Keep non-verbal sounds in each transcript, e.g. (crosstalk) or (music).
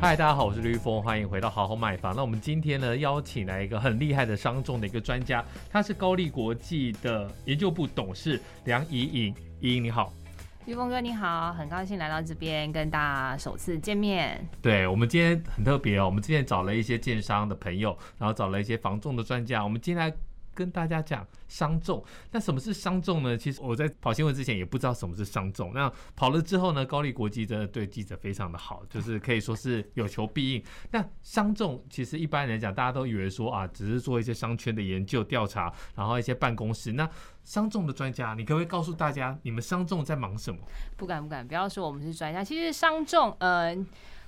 嗨，大家好，我是绿峰，欢迎回到好好买房。那我们今天呢，邀请来一个很厉害的商仲的一个专家，他是高力国际的研究部董事梁怡颖。怡颖你好，玉峰哥你好，很高兴来到这边跟大家首次见面。对我们今天很特别哦，我们之前找了一些建商的朋友，然后找了一些房仲的专家，我们今天来呃跟大家讲商仲。那什么是商仲呢？其实我在跑新闻之前也不知道什么是商仲。那跑了之后呢，高丽国际真的对记者非常的好，就是可以说是有求必应。那商仲其实一般来讲，大家都以为说啊，只是做一些商圈的研究调查，然后一些办公室。那商仲的专家，你可不可以告诉大家，你们商仲在忙什么？不敢不敢，不要说我们是专家，其实商众，呃。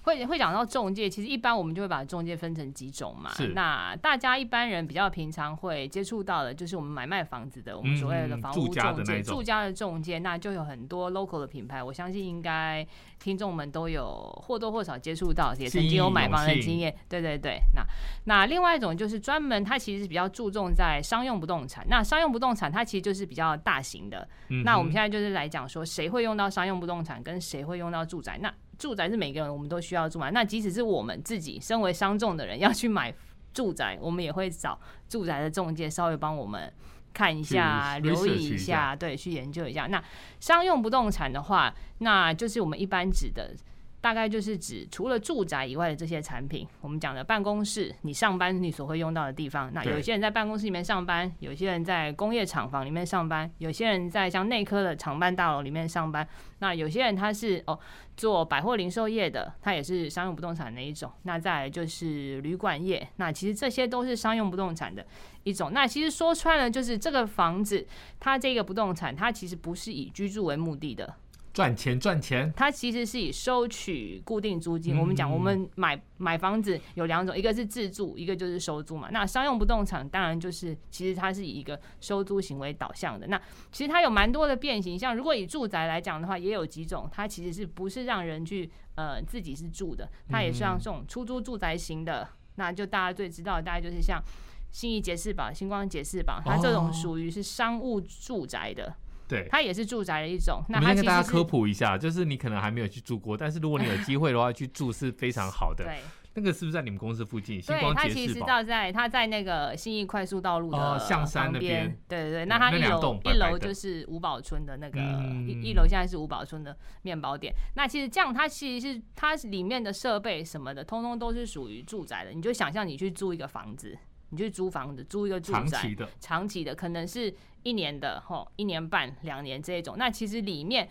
会会讲到中介，其实一般我们就会把中介分成几种嘛是。那大家一般人比较平常会接触到的，就是我们买卖房子的，我们所谓的嗯房住屋家的中那一介、种住家的中介，那就有很多 local 的品牌，我相信应该听众们都有或多或少接触到，也曾经有买房的经验。对对对，那那另外一种就是专门，它其实比较注重在商用不动产。那商用不动产它其实就是比较大型的，嗯那我哼们现在就是来讲说，谁会用到商用不动产，跟谁会用到住宅。那住宅是每个人我们都需要住嘛？那即使是我们自己身为商众的人要去买住宅，我们也会找住宅的中介稍微帮我们看一下、去留 research 意一一下下，对，去研究一下。那商用不动产的话，那就是我们一般指的。大概就是指除了住宅以外的这些产品，我们讲的办公室，你上班你所会用到的地方。那对有些人在办公室里面上班，有些人在工业厂房里面上班，有些人在像内科的厂办大楼里面上班。那有些人他是哦做百货零售业的，他也是商用不动产的一种。那再来就是旅馆业，那其实这些都是商用不动产的一种。那其实说穿了，就是这个房子它这个不动产，它其实不是以居住为目的的，赚钱赚钱，它其实是以收取固定租金。我们讲，嗯我们买买房子有两种，一个是自住，一个就是收租嘛。那商用不动产当然就是，其实它是以一个收租行为导向的。那其实它有蛮多的变形，像如果以住宅来讲的话，也有几种，它其实是不是让人去呃自己是住的，它也嗯是像这种出租住宅型的。那就大家最知道的，大概就是像信义杰士堡、星光杰士堡，它这哦种属于是商务住宅的，对。它也是住宅的一种。我那们它先跟其实大家是科普一下，就是你可能还没有去住过，但是如果你有机会的 (laughs) 话，去住是非常好的。对。那个是不是在你们公司附近？星对，光它杰其士实堡。到在它在那个信义快速道路哦的象山旁那边边，对对对。嗯那它那一两楼栋白一白楼的就是五宝村的那个嗯一一楼现在是五宝村的面包店。那其实这样，它其实是它里面的设备什么的，通通都是属于住宅的。你就想象你去租一个房子，你去租房子，租一个住长宅期，的，长期的，可能是一年的、吼一年半、两年这一种。那其实里面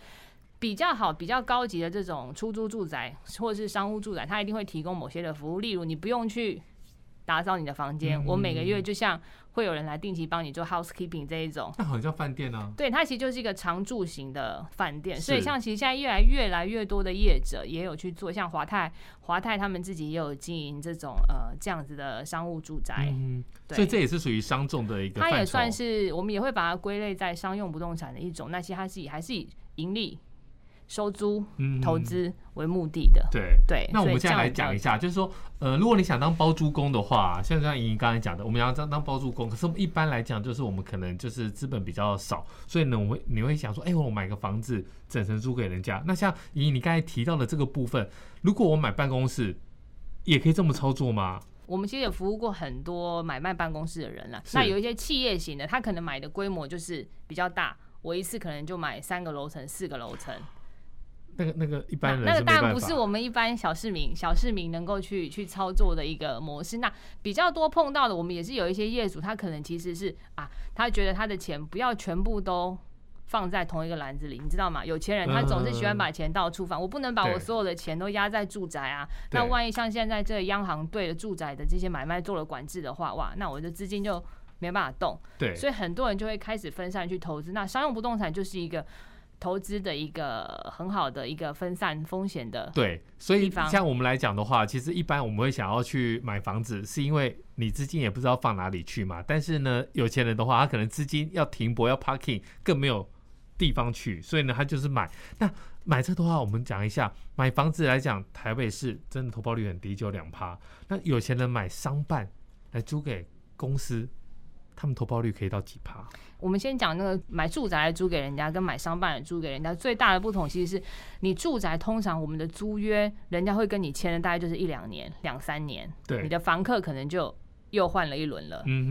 比较好、比较高级的这种出租住宅或者是商务住宅，它一定会提供某些的服务，例如你不用去打扫你的房间，嗯我每个月就像会有人来定期帮你做 housekeeping 这一种。那好像饭店啊。对，它其实就是一个常住型的饭店，是所以像其实现在越来越来越多的业者也有去做，像华泰、华泰他们自己也有经营这种呃这样子的商务住宅。嗯，对所以这也是属于商众的一个它也范畴。算是我们也会把它归类在商用不动产的一种，那其实它是以还是以盈利、收租、嗯投。资为目的的。对。对，那我所以们现在这样来比较讲一下，就是说，呃，如果你想当包租公的话，像像莹莹刚才讲的，我们要当当包租公，可是我们一般来讲，就是我们可能就是资本比较少，所以呢，我会你会想说，哎、我买个房子整层租给人家。那像莹莹你刚才提到的这个部分，如果我买办公室，也可以这么操作吗？我们其实也服务过很多买卖办公室的人了。是那有一些企业型的，他可能买的规模就是比较大，我一次可能就买三个楼层、四个楼层。那个那个一般人那那是个没当然办不法是。我们一般小市民、小市民能够去去操作的一个模式。那比较多碰到的，我们也是有一些业主，他可能其实是啊，他觉得他的钱不要全部都。放在同一个篮子里，你知道吗？有钱人嗯他总是喜欢把钱到处放，我不能把对我所有的钱都压在住宅啊。对那万一像现在这个央行对住宅的这些买卖做了管制的话，哇，那我的资金就没办法动。对，所以很多人就会开始分散去投资。那商用不动产就是一个投资的一个很好的一个分散风险的。对，所以地方像我们来讲的话，其实一般我们会想要去买房子，是因为你资金也不知道放哪里去嘛。但是呢，有钱人的话，他可能资金要停泊、要 parking，更没有地方去，所以呢，他就是买。那买这的话，我们讲一下，买房子来讲，台北市真的投报率很低，就两趴。那有钱人买商办来租给公司，他们投报率可以到几趴？我们先讲那个买住宅租给人家跟买商办的租给人家最大的不同，其实是你住宅通常我们的租约，人家会跟你签的大概就是一两年、两三年，你对，的房客可能就又换了一轮了。嗯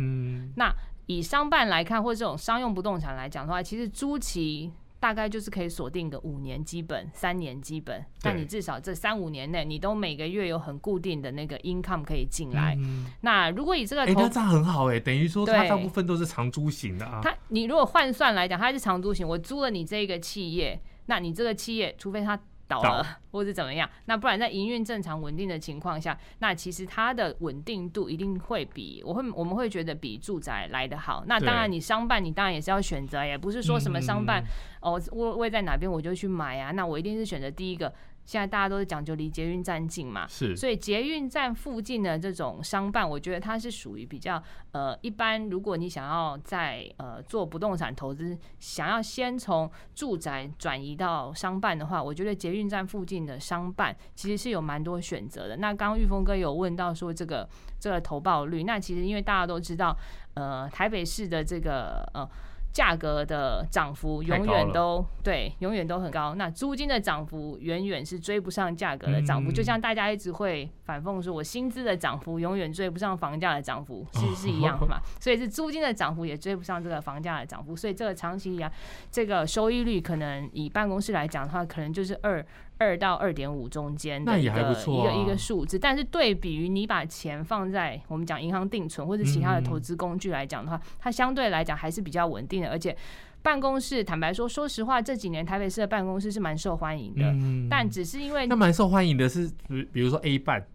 哼，那以商办来看，或者这种商用不动产来讲的话，其实租期大概就是可以锁定个五年基本、三年基本，但对你至少这三五年内，你都每个月有很固定的那个 income 可以进来。嗯那如果以这个哎、投那这样很好哎、等于说它对大部分都是长租型的啊。它你如果换算来讲，它是长租型，我租了你这个企业，那你这个企业除非它倒了倒或者怎么样，那不然在营运正常稳定的情况下，那其实它的稳定度一定会比我会我们会觉得比住宅来得好。那当然，对你商办你当然也是要选择，也不是说什么商办、哦我位在哪边我就去买啊，那我一定是选择第一个。现在大家都是讲究离捷运站近嘛，是所以捷运站附近的这种商办，我觉得它是属于比较呃一般。如果你想要在呃做不动产投资，想要先从住宅转移到商办的话，我觉得捷运站附近的商办其实是有蛮多选择的。那刚刚玉峰哥有问到说这个这个投报率，那其实因为大家都知道，呃，台北市的这个呃。价格的涨幅太永高远了都对，永远都很高。那租金的涨幅远远是追不上价格的涨幅，嗯就像大家一直会反讽说，我薪资的涨幅永远追不上房价的涨幅，是是一样哦的嘛？所以是租金的涨幅也追不上这个房价的涨幅，所以这个长期以来，这个收益率可能以办公室来讲的话，可能就是二二到二点五中间的那一也还个不错啊一个一个数字。但是对比于你把钱放在我们讲银行定存或者其他的嗯投资工具来讲的话，它相对来讲还是比较稳定的，而且办公室坦白说，说实话这几年台北市的办公室是蛮受欢迎的。嗯但只是因为那蛮受欢迎的是，比比如说 A 半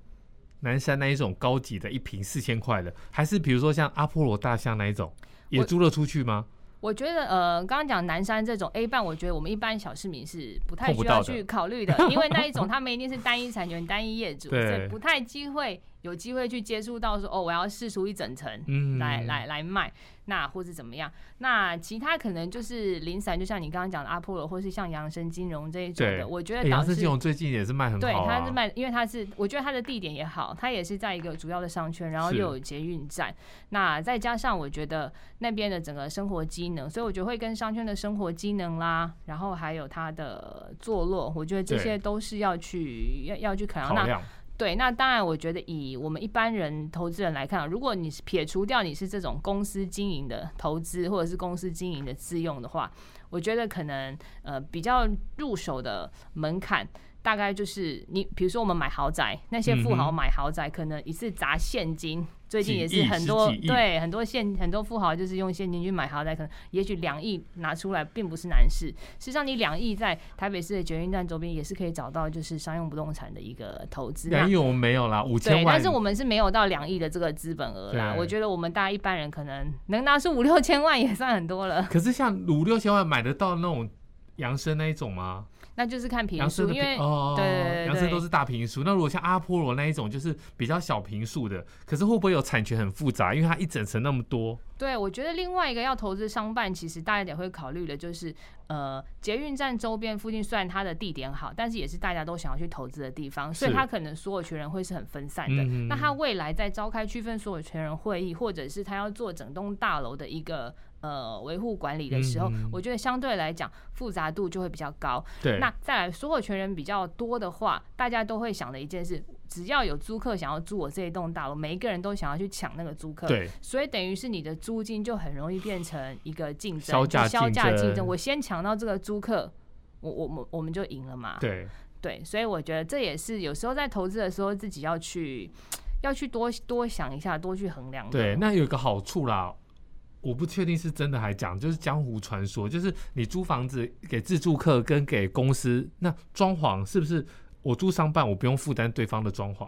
南山那一种高级的，一瓶四千块的，还是比如说像阿波罗大象那一种，也我租了出去吗？我觉得呃，刚刚讲南山这种 A 办，我觉得我们一般小市民是不太碰不需要到的去考虑的，因为那一种他们一定是单一产权、单一 (laughs) 业主，所对以不太机会有机会去接触到说哦，我要试出一整层。嗯，来来来卖，那或是怎么样？那其他可能就是零散，就像你刚刚讲的阿波罗，或是像扬生金融这一种对的，我觉哎。得导杨森致金融最近也是卖很对，好它啊是，卖，因为它是，我觉得它的地点也好，它也是在一个主要的商圈，然后是又有捷运站，那再加上我觉得那边的整个生活机能，所以我觉得会跟商圈的生活机能啦，然后还有它的坐落，我觉得这对些都是要去要要去考量。考那量对，那当然，我觉得以我们一般人投资人来看，如果你是撇除掉你是这种公司经营的投资，或者是公司经营的自用的话，我觉得可能呃比较入手的门槛。大概就是你，比如说我们买豪宅，那些富豪嗯哼买豪宅可能一次砸现金，最近几也亿是很十多几亿对很多现很多富豪就是用现金去买豪宅，可能也许两亿拿出来并不是难事，事实上，你两亿在台北市的捷运站周边也是可以找到，就是商用不动产的一个投资。梁那玉我们哎没有啦，五千对，万，但是我们是没有到两亿的这个资本额啦。对我觉得我们大家一般人可能能拿出五六千万也算很多了，可是像五六千万买得到那种扬生那一种吗？那就是看平杨森数，的因为平哦，对对对杨对森都是大平数。那如果像阿波罗那一种，就是比较小平数的，可是会不会有产权很复杂？因为它一整层那么多，对，我觉得另外一个要投资商办，其实大家也会考虑的就是，呃，捷运站周边附近虽然它的地点好，但是也是大家都想要去投资的地方，所以是它可能所有权人会是很分散的。嗯那它未来在召开区分所有权人会议，或者是它要做整栋大楼的一个。呃，维护管理的时候，嗯我觉得相对来讲复杂度就会比较高。对，那再来，所有权人比较多的话，大家都会想的一件事，只要有租客想要租我这一栋大楼，每一个人都想要去抢那个租客。对所以等于是你的租金就很容易变成一个竞争，销价就销价竞争竞争。我先抢到这个租客，我我们我们就赢了嘛。对，对所以我觉得这也是有时候在投资的时候自己要去要去多多想一下，多去衡量的。对，那有一个好处啦，我不确定是真的还讲，就是江湖传说，就是你租房子给自住客跟给公司，那装潢是不是我租商办，我不用负担对方的装潢？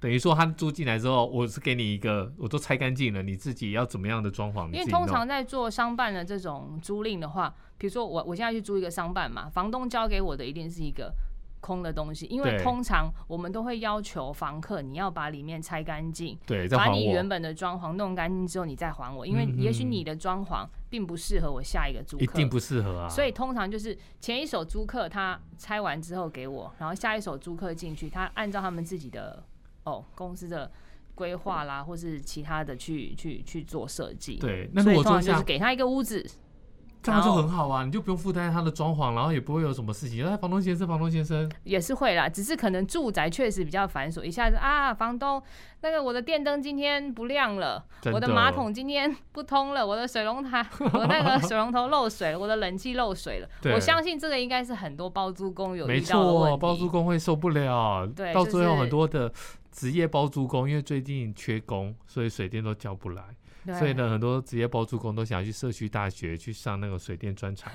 等于说他租进来之后，我是给你一个，我都拆干净了，你自己要怎么样的装潢，你自因为己通弄。常在做商办的这种租赁的话，比如说我我现在去租一个商办嘛，房东交给我的一定是一个空的东西，因为对通常我们都会要求房客你要把里面拆干净，对，再把还你原我，本的装潢弄干净之后，你再还我，因为嗯也许嗯你的装潢并不适合我下一个租客，一定不适合啊。所以通常就是前一手租客他拆完之后给我，然后下一手租客进去，他按照他们自己的哦公司的规划啦，或是其他的去去去做设计。，对，那所如以果通说常就像是给他一个屋子，这样就很好啊，你就不用负担他的装潢，然后也不会有什么事情。哎，房东先生，房东先生，也是会啦，只是可能住宅确实比较繁琐，一下子啊，房东那个我的电灯今天不亮了，真我的马桶今天不通了，我的水龙头 (laughs) 我那个水龙头漏水了，我的冷气漏水了。对我相信这个应该是很多包租公有没遇到的问错，题。包租公会受不了，对到就最后是很多的职业包租公，因为最近缺工，所以水电都交不来，对所以呢，很多职业包租公都想要去社区大学去上那个水电专场。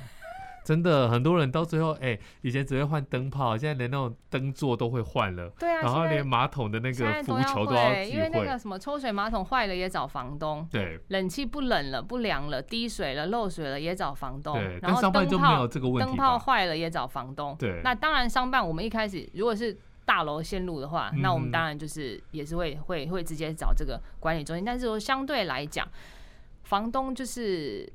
真的，很多人到最后，哎、以前只会换灯泡，现在连那种灯座都会换了，对啊，然后现在连马桶的那现个在浮都要球都要会，自己因为那会个。什么抽水马桶坏了也找房东。对冷气不冷了，不凉了，滴水了，漏水了也找房东对，，然但后上班灯就没泡有这个问灯题泡吧？坏了也找房东。对那当然商办我们一开始如果是大楼线路的话，嗯那我们当然就是也是会会会直接找这个管理中心，但是说相对来讲。房东就是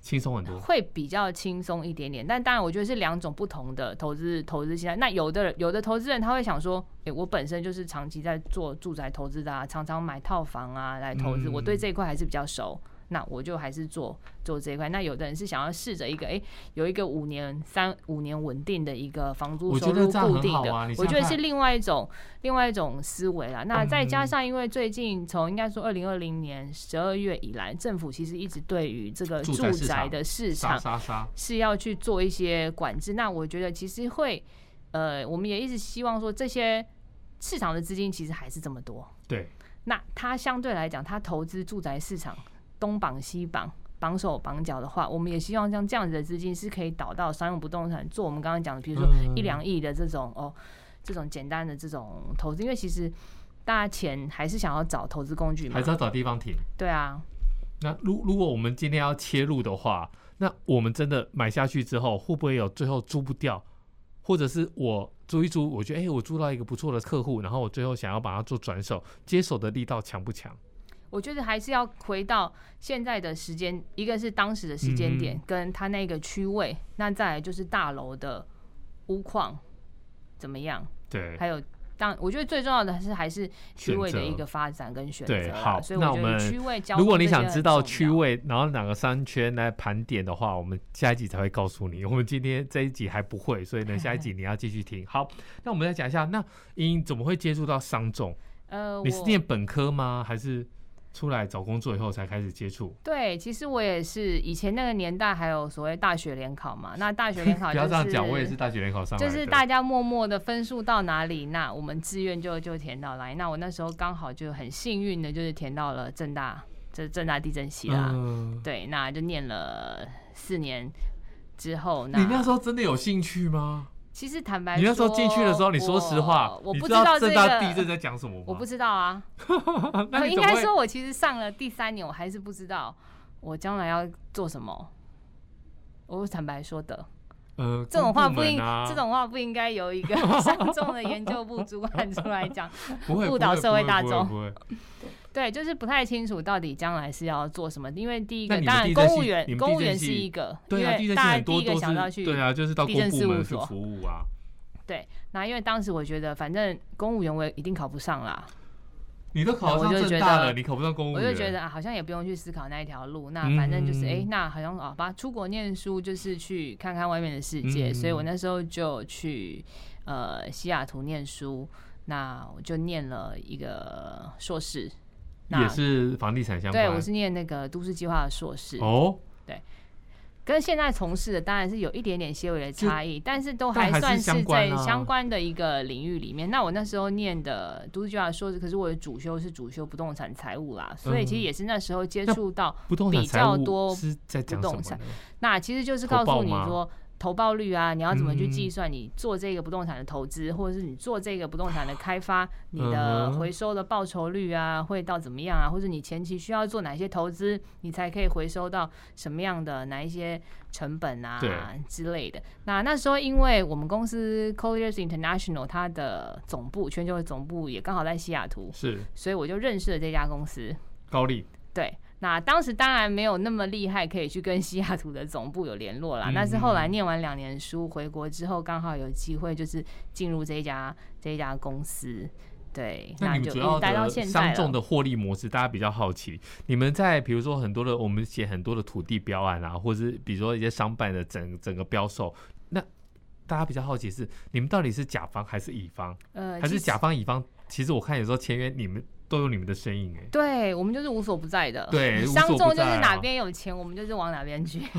轻松很多。会比较轻松一点点，但当然我觉得是两种不同的投资投资心态。那有的人有的投资人他会想说，诶、我本身就是长期在做住宅投资的啊，常常买套房啊来投资，嗯我对这一块还是比较熟，那我就还是做做这一块。那有的人是想要试着一个，诶、有一个五年三五年稳定的一个房租我收觉得入这样固很定好的，啊你我想觉得想是另外一种另外一种思维啦。那再加嗯上因为最近从应该说二零二零年十二月以来，政府其实一直对于这个住住宅市宅场的市杀场杀杀，是要去做一些管制。那我觉得其实会，呃，我们也一直希望说这些市场的资金其实还是这么多。对，那它相对来讲，它投资住宅市场东绑西绑。绑手绑脚的话，我们也希望像这样子的资金是可以导到商用不动产，做我们刚刚讲的，比如说嗯一两亿的这种哦，这种简单的这种投资，因为其实大家钱还是想要找投资工具嘛还是，要找地方停。对啊，那如如果我们今天要切入的话，那我们真的买下去之后，会不会有最后租不掉，或者是我租一租，我觉得哎、我租到一个不错的客户，然后我最后想要把它做转手，接手的力道强不强？我觉得还是要回到现在的时间，一个是当时的时间点嗯跟它那个区位，那再来就是大楼的屋况怎么样，对，还有当我觉得最重要的是还是区位的选择一个发展跟选择啦。对好所以我那觉我得们区位交通如果你这些想很知道重区要，位，然后哪个商圈来盘点的话，我们下一集才会告诉你。我们今天这一集还不会，所以呢，下一集你要继续嗯听。好，那我们再讲一下，那英怎么会接触到商众？呃，你是我念本科吗？还是出来找工作以后才开始接触？对，其实我也是以前那个年代还有所谓大学联考嘛，那大学联考 (laughs) 不就要是这样讲，我也是大学联考上来就的。是大家默默的分数到哪里，那我们志愿就就填到来。那我那时候刚好就很幸运的，就是填到了正大，这正大地震系啦。嗯，对，那就念了四年之后，你那时候真的有兴趣吗？其实坦白你说，那时候进去的时候，你说实话，我你不知道这正个，大地震在讲什么吗？我不知道啊。那你应怎么该会说，我其实上了第三年，我还是不知道我将来要做什么。我坦白说的，呃，这种话不公部应，门啊这种话不应该由一个 (laughs) 上重的研究部主管出来讲。 (laughs) 不会误导不会社会不会大不会众不会对，就是不太清楚到底将来是要做什么，因为第一个那你们当然地震系公务员你，们地公务震员系是一个，对啊，地因震系为大家很第多一个都想到是去对啊，就是到地公震部事务门去所服务啊。对那因为当时我觉得反正公务员我也一定考不上啦，你都考我上就正觉大得了，你考不上公务我员，就觉得、啊、好像也不用去思考那一条路，那反正就是嗯诶，那好像啊，把出国念书就是去看看外面的世界，嗯所以我那时候就去呃西雅图念书，那我就念了一个硕士，那也是房地产相关。对我是念那个都市计划的硕士，哦，跟现在从事的当然是有一点点些微的差异，但是都还但还算是相在关啊相关的一个领域里面。那我那时候念的都市计划硕士，可是我的主修是主修不动产财务啦，所以嗯其实也是那时候接触到，不动产比财较务多是在讲什动么产呢？那其实就是告投诉报你吗说。投报率啊，你要怎么去嗯计算你做这个不动产的投资，或者是你做这个不动产的开发，你嗯的哼回收的报酬率啊，会到怎么样啊？或者你前期需要做哪些投资，你才可以回收到什么样的哪一些成本啊对之类的。那那时候因为我们公司 Colliers International 它的总部全球的总部也刚好在西雅图，是所以我就认识了这家公司。高丽，对，那当时当然没有那么厉害，可以去跟西雅图的总部有联络啦。嗯但是后来念完两年书回国之后，刚好有机会就是进入这一家这一家公司。对，那你们就主一要直待到的现在商了众。的获利模式，大家比较好奇。你们在比如说很多的，我们写很多的土地标案啊，或者是比如说一些商办的整整个标售，那大家比较好奇是你们到底是甲方还是乙方，呃，还是其实甲方乙方？其实我看有时候签约你们都有你们的身影哎、对我们就是无所不在的， (laughs) 对无商所不众就是在啊哪边有钱，我们就是往哪 (laughs) 边去。 (laughs)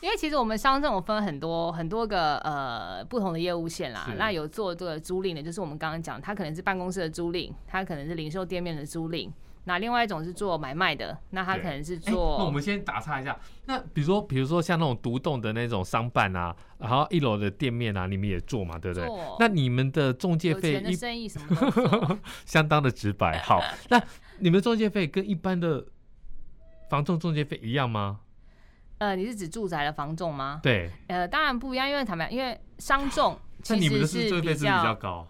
因为其实我们商政有分很多很多个呃不同的业务线啦是，那有做这个租赁的，就是我们刚刚讲，它可能是办公室的租赁，它可能是零售店面的租赁，那另外一种是做买卖的，那它对可能是哎那我做们先打岔一下，那比如说比如说像那种独栋的那种商办啊，然后一楼的店面啊，你们也做嘛，对不对？做那你们的中介有费钱的一生意什么 (laughs) 都做相当的直 (laughs) 白。好，那你们中介费跟一般的房仲中介费一样吗？呃，你是指住宅的房仲吗？对，呃，当然不一样，因为坦白，因为 (sighs) 商仲那其你们实的中介费比是不是比较高，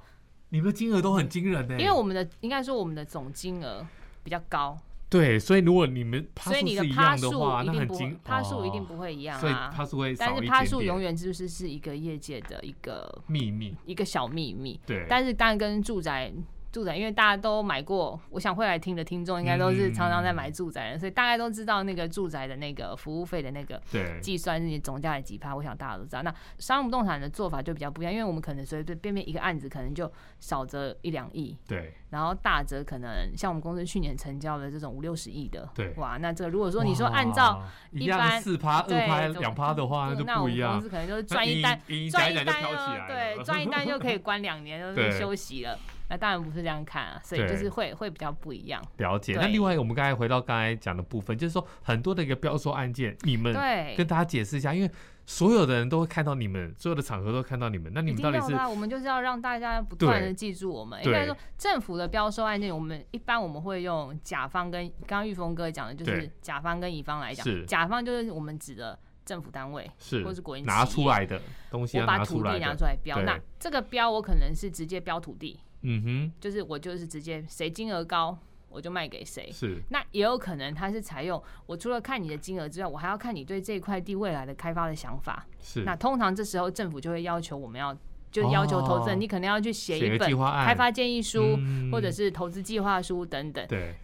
你们的金额都很惊人呢、欸因为我们的应该说我们的总金额比较高，对，所以如果你们趴所以数你是一趴样的数话，一那定很不会惊，，趴数一定哦不会一样所以啊。趴数会但少一是点趴数点永远就是是一个业界的一个秘密，一个小秘密，对，但是当然跟住宅。住宅，因为大家都买过，我想会来听的听众应该都是常常在嗯买住宅的，所以大概都知道那个住宅的那个服务费的那个对，计算是你总价的几趴，我想大家都知道。那商务不动产的做法就比较不一样，因为我们可能随随便便一个案子可能就少则一两亿，对，然后大则可能像我们公司去年成交的这种五六十亿的，对哇，那这个如果说你说按照哇一一样般四趴、二对趴、总两趴的话，那就那我不一们公样。司可能就是那赚一单，赢，赚赚一就单飘起来哦，了， (laughs) 对，赚一单就可以关两年，就对是休息了。那当然不是这样看啊，所以对就是会会比较不一样。了解。对那另外，我们刚才回到刚才讲的部分，就是说很多的一个标售案件，你们对，跟大家解释一下，因为所有的人都会看到你们，所有的场合都会看到你们，那你一们定到底要是的啊，我们就是要让大家不断的对记住我们。对应该说，政府的标售案件，我们一般我们会用甲方跟刚刚玉峰哥讲的，就是对甲方跟乙方来是讲，甲方就是我们指的政府单位是或是国营拿企业出来的东西我要把出土地来拿的，出来标，对那这个标我可能是直接标土地，嗯就是我就是直接谁金额高我就卖给谁哼，。是那也有可能它是采用我除了看你的金额之外，我还要看你对这块地未来的开发的想法。是那通常这时候政府就会要求我们要，就要求投资人，哦你可能要去写一个本计划案，开发建议书，嗯或者是投资计划书等等。对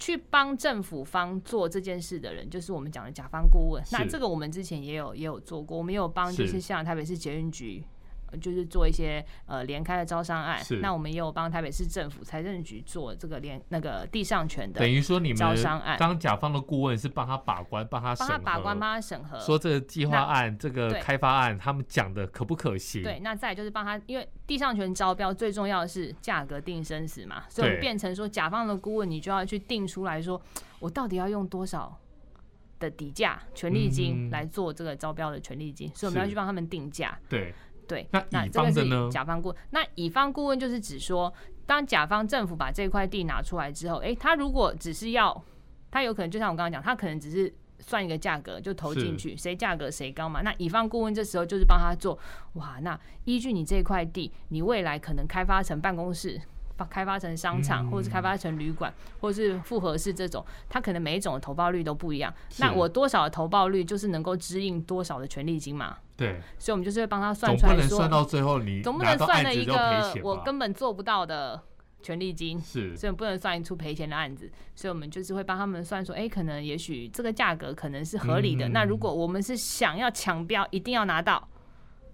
去帮政府方做这件事的人，就是我们讲的甲方顾问。是那这个我们之前也有也有做过，我们也有帮是就是像台北市捷运局。呃就是做一些呃联开的招商案是，那我们也有帮台北市政府财政局做这个联那个地上权的等，于说你招们商案当甲方的顾问是帮他把关，帮他审帮核他把关，帮他审核。说这个计划那案、这个对开发案，他们讲的可不可行？对，那再来就是帮他，因为地上权招标最重要的是价格定生死嘛，所以我们对变成说甲方的顾问，你就要去定出来说，我到底要用多少的底价权利金嗯来做这个招标的权利金，所以我们是要去帮他们定价。对对，那乙这个方的是呢甲方顾问，那乙方顾问就是指说，当甲方政府把这块地拿出来之后，诶，他如果只是要，他有可能就像我刚刚讲，他可能只是算一个价格就投进是去，谁价格谁高嘛。那乙方顾问这时候就是帮他做，哇，那依据你这块地，你未来可能开发成办公室。发开发成商场，嗯或者是开发成旅馆，或者是复合式这种，它可能每一种的投报率都不一样。那是我多少的投报率，就是能够支应多少的权利金嘛。对，所以我们就是会帮他算总出不来能说算，到最后你总不拿能到算案了子一就赔个钱我吧？根本做不到的权利金，是所以不能算出赔钱的案子，所以我们就是会帮他们算说，哎、可能也许这个价格可能是合理的。嗯那如果我们是想要抢标，一定要拿到，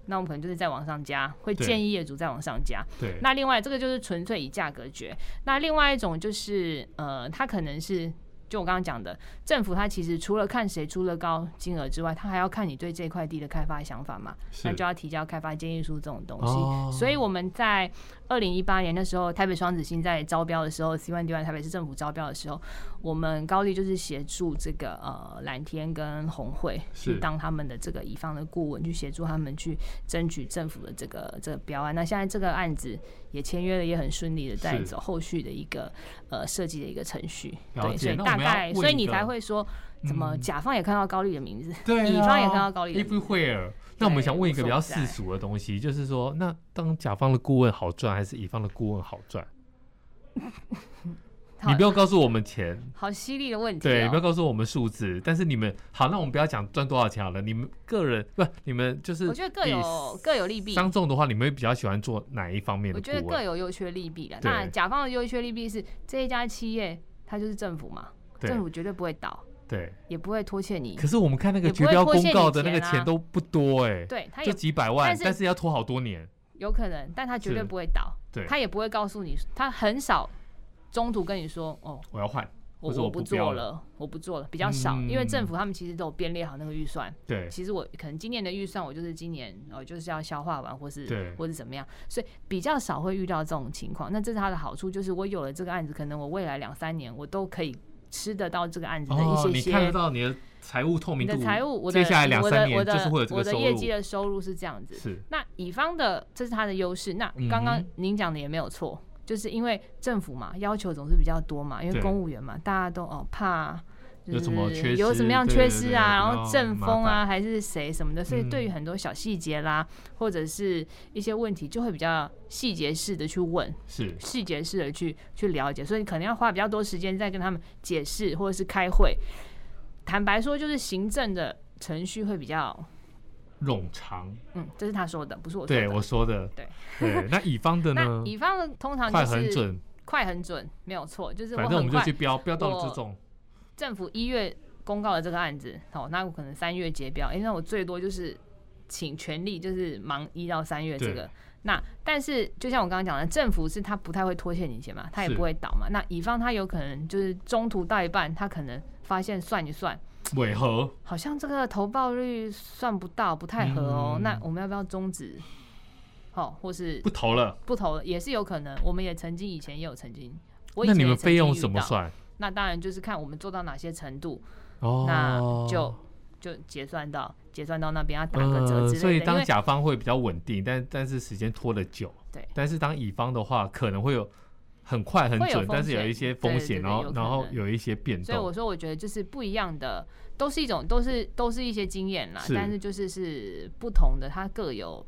那我们可能就是再往上加，会对建议业主再往上加。对，那另外这个就是纯粹以价格决。那另外一种就是呃，它可能是就我刚刚讲的，政府它其实除了看谁出的高金额之外，它还要看你对这块地的开发想法嘛，是那就要提交开发建议书这种东西。哦所以我们在二零一八年的时候，台北双子星在招标的时候，C One D One 台北市政府招标的时候，我们高丽就是协助这个呃蓝天跟红会是去当他们的这个乙方的顾问，去协助他们去争取政府的这个这个标案。那现在这个案子也签约了，也很顺利的在是走后续的一个呃设计的一个程序。了对，解所以那我大们要概，问所以一你个才会说，怎么嗯甲方也看到高丽的名字，对、啊，乙方也看到高丽人 everywhere。那我们想问一个比较世无俗的东西，就是说，那当甲方的顾问好赚，还是乙方的顾问好赚？好你不要告诉我们钱，好犀利的问题、哦。对，不要告诉我们数字，但是你们好，那我们不要讲赚多少钱好了，你们个人不，你们就是我觉得各有各有利弊。商众的话，你们会比较喜欢做哪一方面的我顾觉问？得各有优缺利弊了。那对甲方的优缺利弊是这一家企业，它就是政府嘛，对政府绝对不会倒，对，也不会拖欠你，可是我们看那个也不绝会标拖公欠告你的那个钱啊钱都不多哎、对，它就也几百万，但是要拖好多年。有可能，但它绝对是不会倒，对，它也不会告诉你，它很少中途跟你说哦。我要换，我或者我我不不标做了嗯了，我不做了，比较少，因为政府他们其实都有编列好那个预算，对，其实我可能今年的预算，我就是今年呃就是要消化完，或对是或是怎么样，所以比较少会遇到这种情况。那这是它的好处，就是我有了这个案子，可能我未来两三年我都可以吃得到这个案子的一哦，些你些。看得到你的财务透你明度，的财务，我的接下来两我三的年我就是的会有这我个的收业入绩，的收入是这样子。是那乙方的这是他的优势。那嗯刚刚哼您讲的也没有错，就是因为政府嘛，要求总是比较多嘛，因为对公务员嘛，大家都哦怕。有什么缺失有什么样对缺对失对啊？然然后后政麻风啊，烦还是谁什么的，所以对于嗯很多小细节啦，或者是一些问题，就会比较细节式的去问，是细节式的去去了解，所以你可能要花比较多时间在跟他们解释或者是开会。坦白说，就是行政的程序会比较，冗长。嗯，这是他说的，不是我说对的。我说的，对对，那乙方的 (laughs) 那呢？乙方的通常就快是很，准，快很准，没有错，就是我反正我很们就快去。标，标到了我这种，政府一月公告了这个案子，好，那我可能三月结标，诶，那我最多就是请全力就是忙一到三月这对个。那但是就像我刚刚讲的，政府是他不太会拖欠你钱嘛，他也是不会倒嘛。那乙方他有可能就是中途到一半，他可能发现算一算，尾合好像这个投报率算不到，不太合哦。嗯那我们要不要终止？哦，或是不投了。不投了也是有可能。我们也曾经以前也有曾经，我以那前你也们曾费经用遇怎么到？算？那当然就是看我们做到哪些程度，哦，那就就结算到结算到那边要打个折呃，之所以类的。因当为甲方会比较稳定，但但是时间拖得久。对但是当乙方的话，可能会有很快很会有准，风但是有险一些对风对险，然对后有可然后能有一些变所以我动。说，我觉得就是不一样的，都是一种，都是都是一些经验啦，是但是就是是不同的，它各有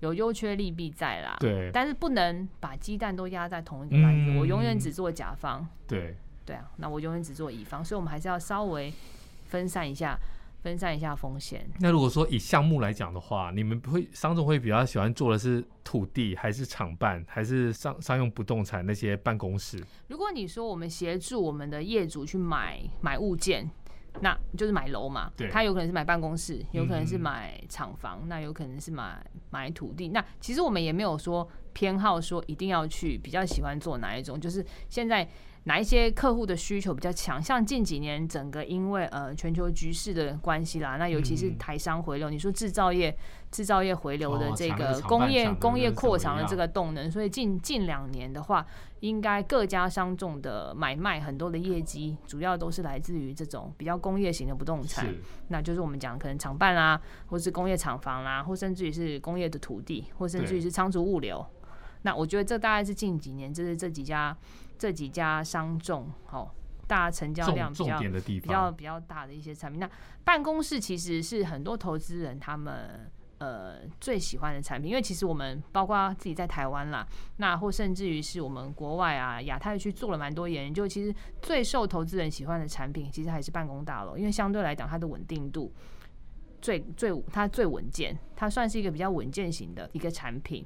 有优缺利弊在啦。对啊但是不能把鸡蛋都压在同一个篮子，嗯我永远只做甲方，对，对啊，那我永远只做乙方，所以我们还是要稍微分散一下，分散一下风险。那如果说以项目来讲的话，你们会商总会比较喜欢做的是土地，还是厂办，还是商商用不动产那些办公室？如果你说我们协助我们的业主去买买物件，那就是买楼嘛对，他有可能是买办公室，有可能是嗯买厂房，那有可能是买买土地。那其实我们也没有说偏好说一定要去比较喜欢做哪一种，就是现在。哪一些客户的需求比较强？像近几年整个因为呃全球局势的关系啦，那尤其是嗯台商回流，你说制造业制造业回流的哦这抢那个个厂工办业抢的工那业是扩怎么厂的这样个动能，所以近近两年的话，应该各家商众的买卖很多的业绩，主要都是来自于这种比较工业型的不动产，是那就是我们讲可能厂办啦，或是工业厂房啦，或甚至于是工业的土地，或甚至于是仓储物流。那我觉得这大概是近几年，就是这几家这几家商众哦，大家成交量重比较重点的地比较方。比较大的一些产品。那办公室其实是很多投资人他们呃最喜欢的产品，因为其实我们包括自己在台湾啦，那或甚至于是我们国外啊亚太区做了蛮多研究，其实最受投资人喜欢的产品其实还是办公大楼，因为相对来讲它的稳定度。最最它最稳健，它算是一个比较稳健型的一个产品。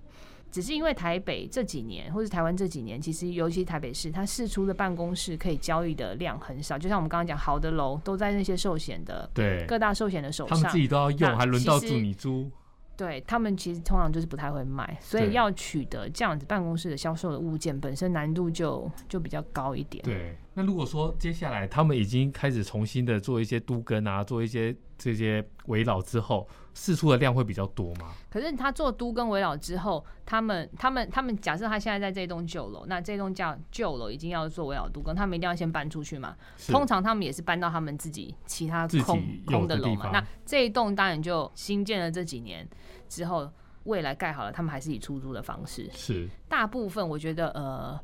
只是因为台北这几年，或是台湾这几年，其实尤其台北市，它释出的办公室可以交易的量很少。就像我们刚刚讲，好的楼都在那些寿险的对，各大寿险的手他们上自，己都要用，那还轮到住其实你租。对他们其实通常就是不太会卖，所对以要取得这样子办公室的销售的物件，本身难度就就比较高一点。对，那如果说接下来他们已经开始重新的做一些都根啊，做一些这些围绕之后，试出的量会比较多吗？可是他做都跟围绕之后，他们他们他们假设他现在在这栋旧楼，那这栋叫旧楼已经要做围绕都跟，他们一定要先搬出去嘛。是通常他们也是搬到他们自己其他自己空有空的楼地嘛方。那这一栋当然就新建了这几年之后，未来盖好了，他们还是以出租的方式。是大部分我觉得呃。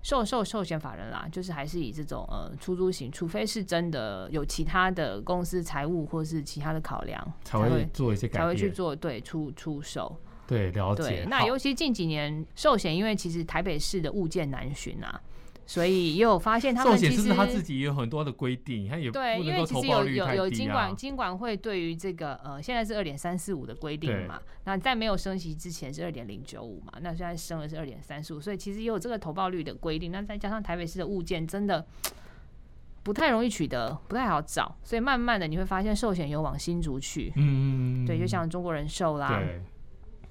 受受寿险法人啦，就是还是以这种呃出租型，除非是真的有其他的公司财务或是其他的考量，才才会会做一些才改会去变。做对出出售。对，了对解。，那好尤其近几年寿险，因为其实台北市的物件难寻啊，所以也有发现他寿们险其是不实是他自己也有很多的规定？他也不对，因能为够其投实报有率有太有低金啊管。金管会对于这个呃，现在是二点三四五的规定对嘛，那在没有升息之前是二点零九五嘛，那现在升的是二点三四五，所以其实也有这个投报率的规定。那再加上台北市的物件真的不太容易取得，不太好找，所以慢慢的你会发现寿险有往新竹去，嗯，对，就像啊中国人寿啦，对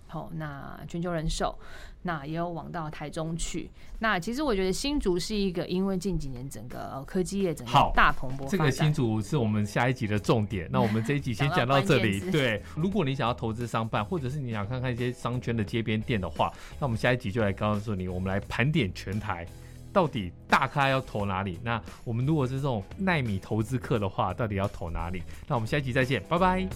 好、那全球人寿，那也有往到台中去。那其实我觉得新竹是一个，因为近几年整个呃科技业整个好大蓬勃发展，这个新竹是我们下一集的重点。那我们这一集先讲到这里讲到关键。字对，如果你想要投资商办，或者是你想看看一些商圈的街边店的话，那我们下一集就来告诉你，我们来盘点全台。到底大咖要投哪里？那我们如果是这种耐米投资客的话，到底要投哪里？那我们下一集再见，拜拜。